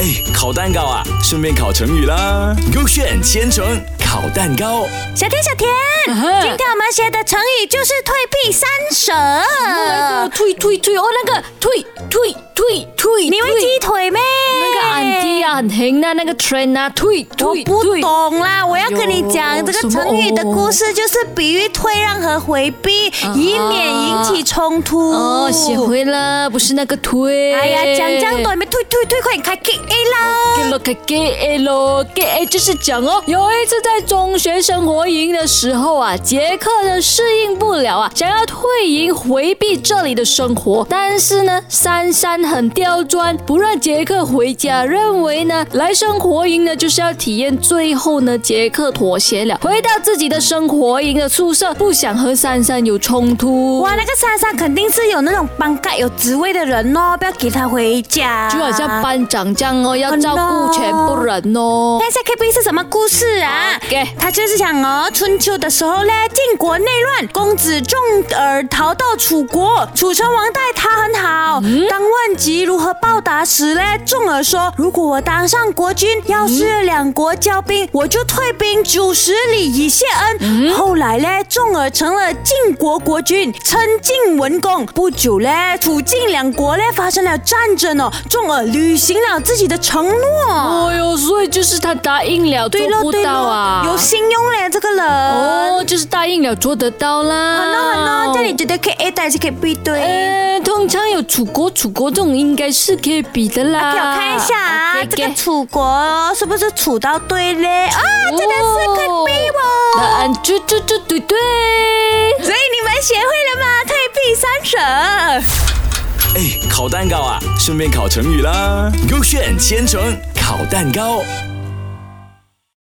哎，烤蛋糕啊，顺便烤成语啦。勾选千层烤蛋糕，小田，小田，今天我们学的成语就是退避三舍。那个退退退哦，那个退退退退，你会退鸡腿咩？那个安迪啊，很行啊，那个 train 啊，退我退不退。懂啦，我要跟你哎讲，呦这什个么成语的故事就是比喻退让和回避，以免引起冲突。哦，学会了，不是那个退。哎呀，讲这样多，你们退退退，快点开 K A 啦！给了给给了给哎，就是讲哦，有一次在中学生活营的时候啊，杰克呢适应不了啊，想要退营回避这里的生活，但是呢，珊珊很刁钻，不让杰克回家，认为呢来生活营呢就是要体验，最后呢杰克妥协了，回到自己的生活营的宿舍，不想和珊珊有冲突。哇，那个珊珊肯定是有那种帮盖有职位的人哦，不要给他回家。就好像班长这样哦，要照顾全部人哦。看一下 KB 是什么故事啊？ OK 他就是讲哦，春秋的时候嘞，晋国内乱，公子重耳逃到楚国，楚成王待他很好。嗯当问及如何报答时嘞，重耳说：“如果我当上国君，要是两国交兵，我就退兵九十里以谢恩。嗯后来嘞，重耳成了晋国国君，称晋文公。不久嘞，楚晋两国嘞发生了战争哦，重耳履行了自己的承诺。哦哟，所以就是他答应了，做对咯不对到咯啊，。有信用嘞，这个人。哦，哦，啊就是答应了，做得到啦。很咯很咯，这里觉得 K A 还是 K B 对？呃，通常有楚国、楚国这种应该是可以比的啦。啊给我看一下啊， OK，OK 这个楚国是不是楚到对嘞？啊，哦真的是 K B 哦。答案就就就对对。所以你们学会了吗？退避三舍。哎，烤蛋糕啊，顺便烤成语啦。勾选千层烤蛋糕。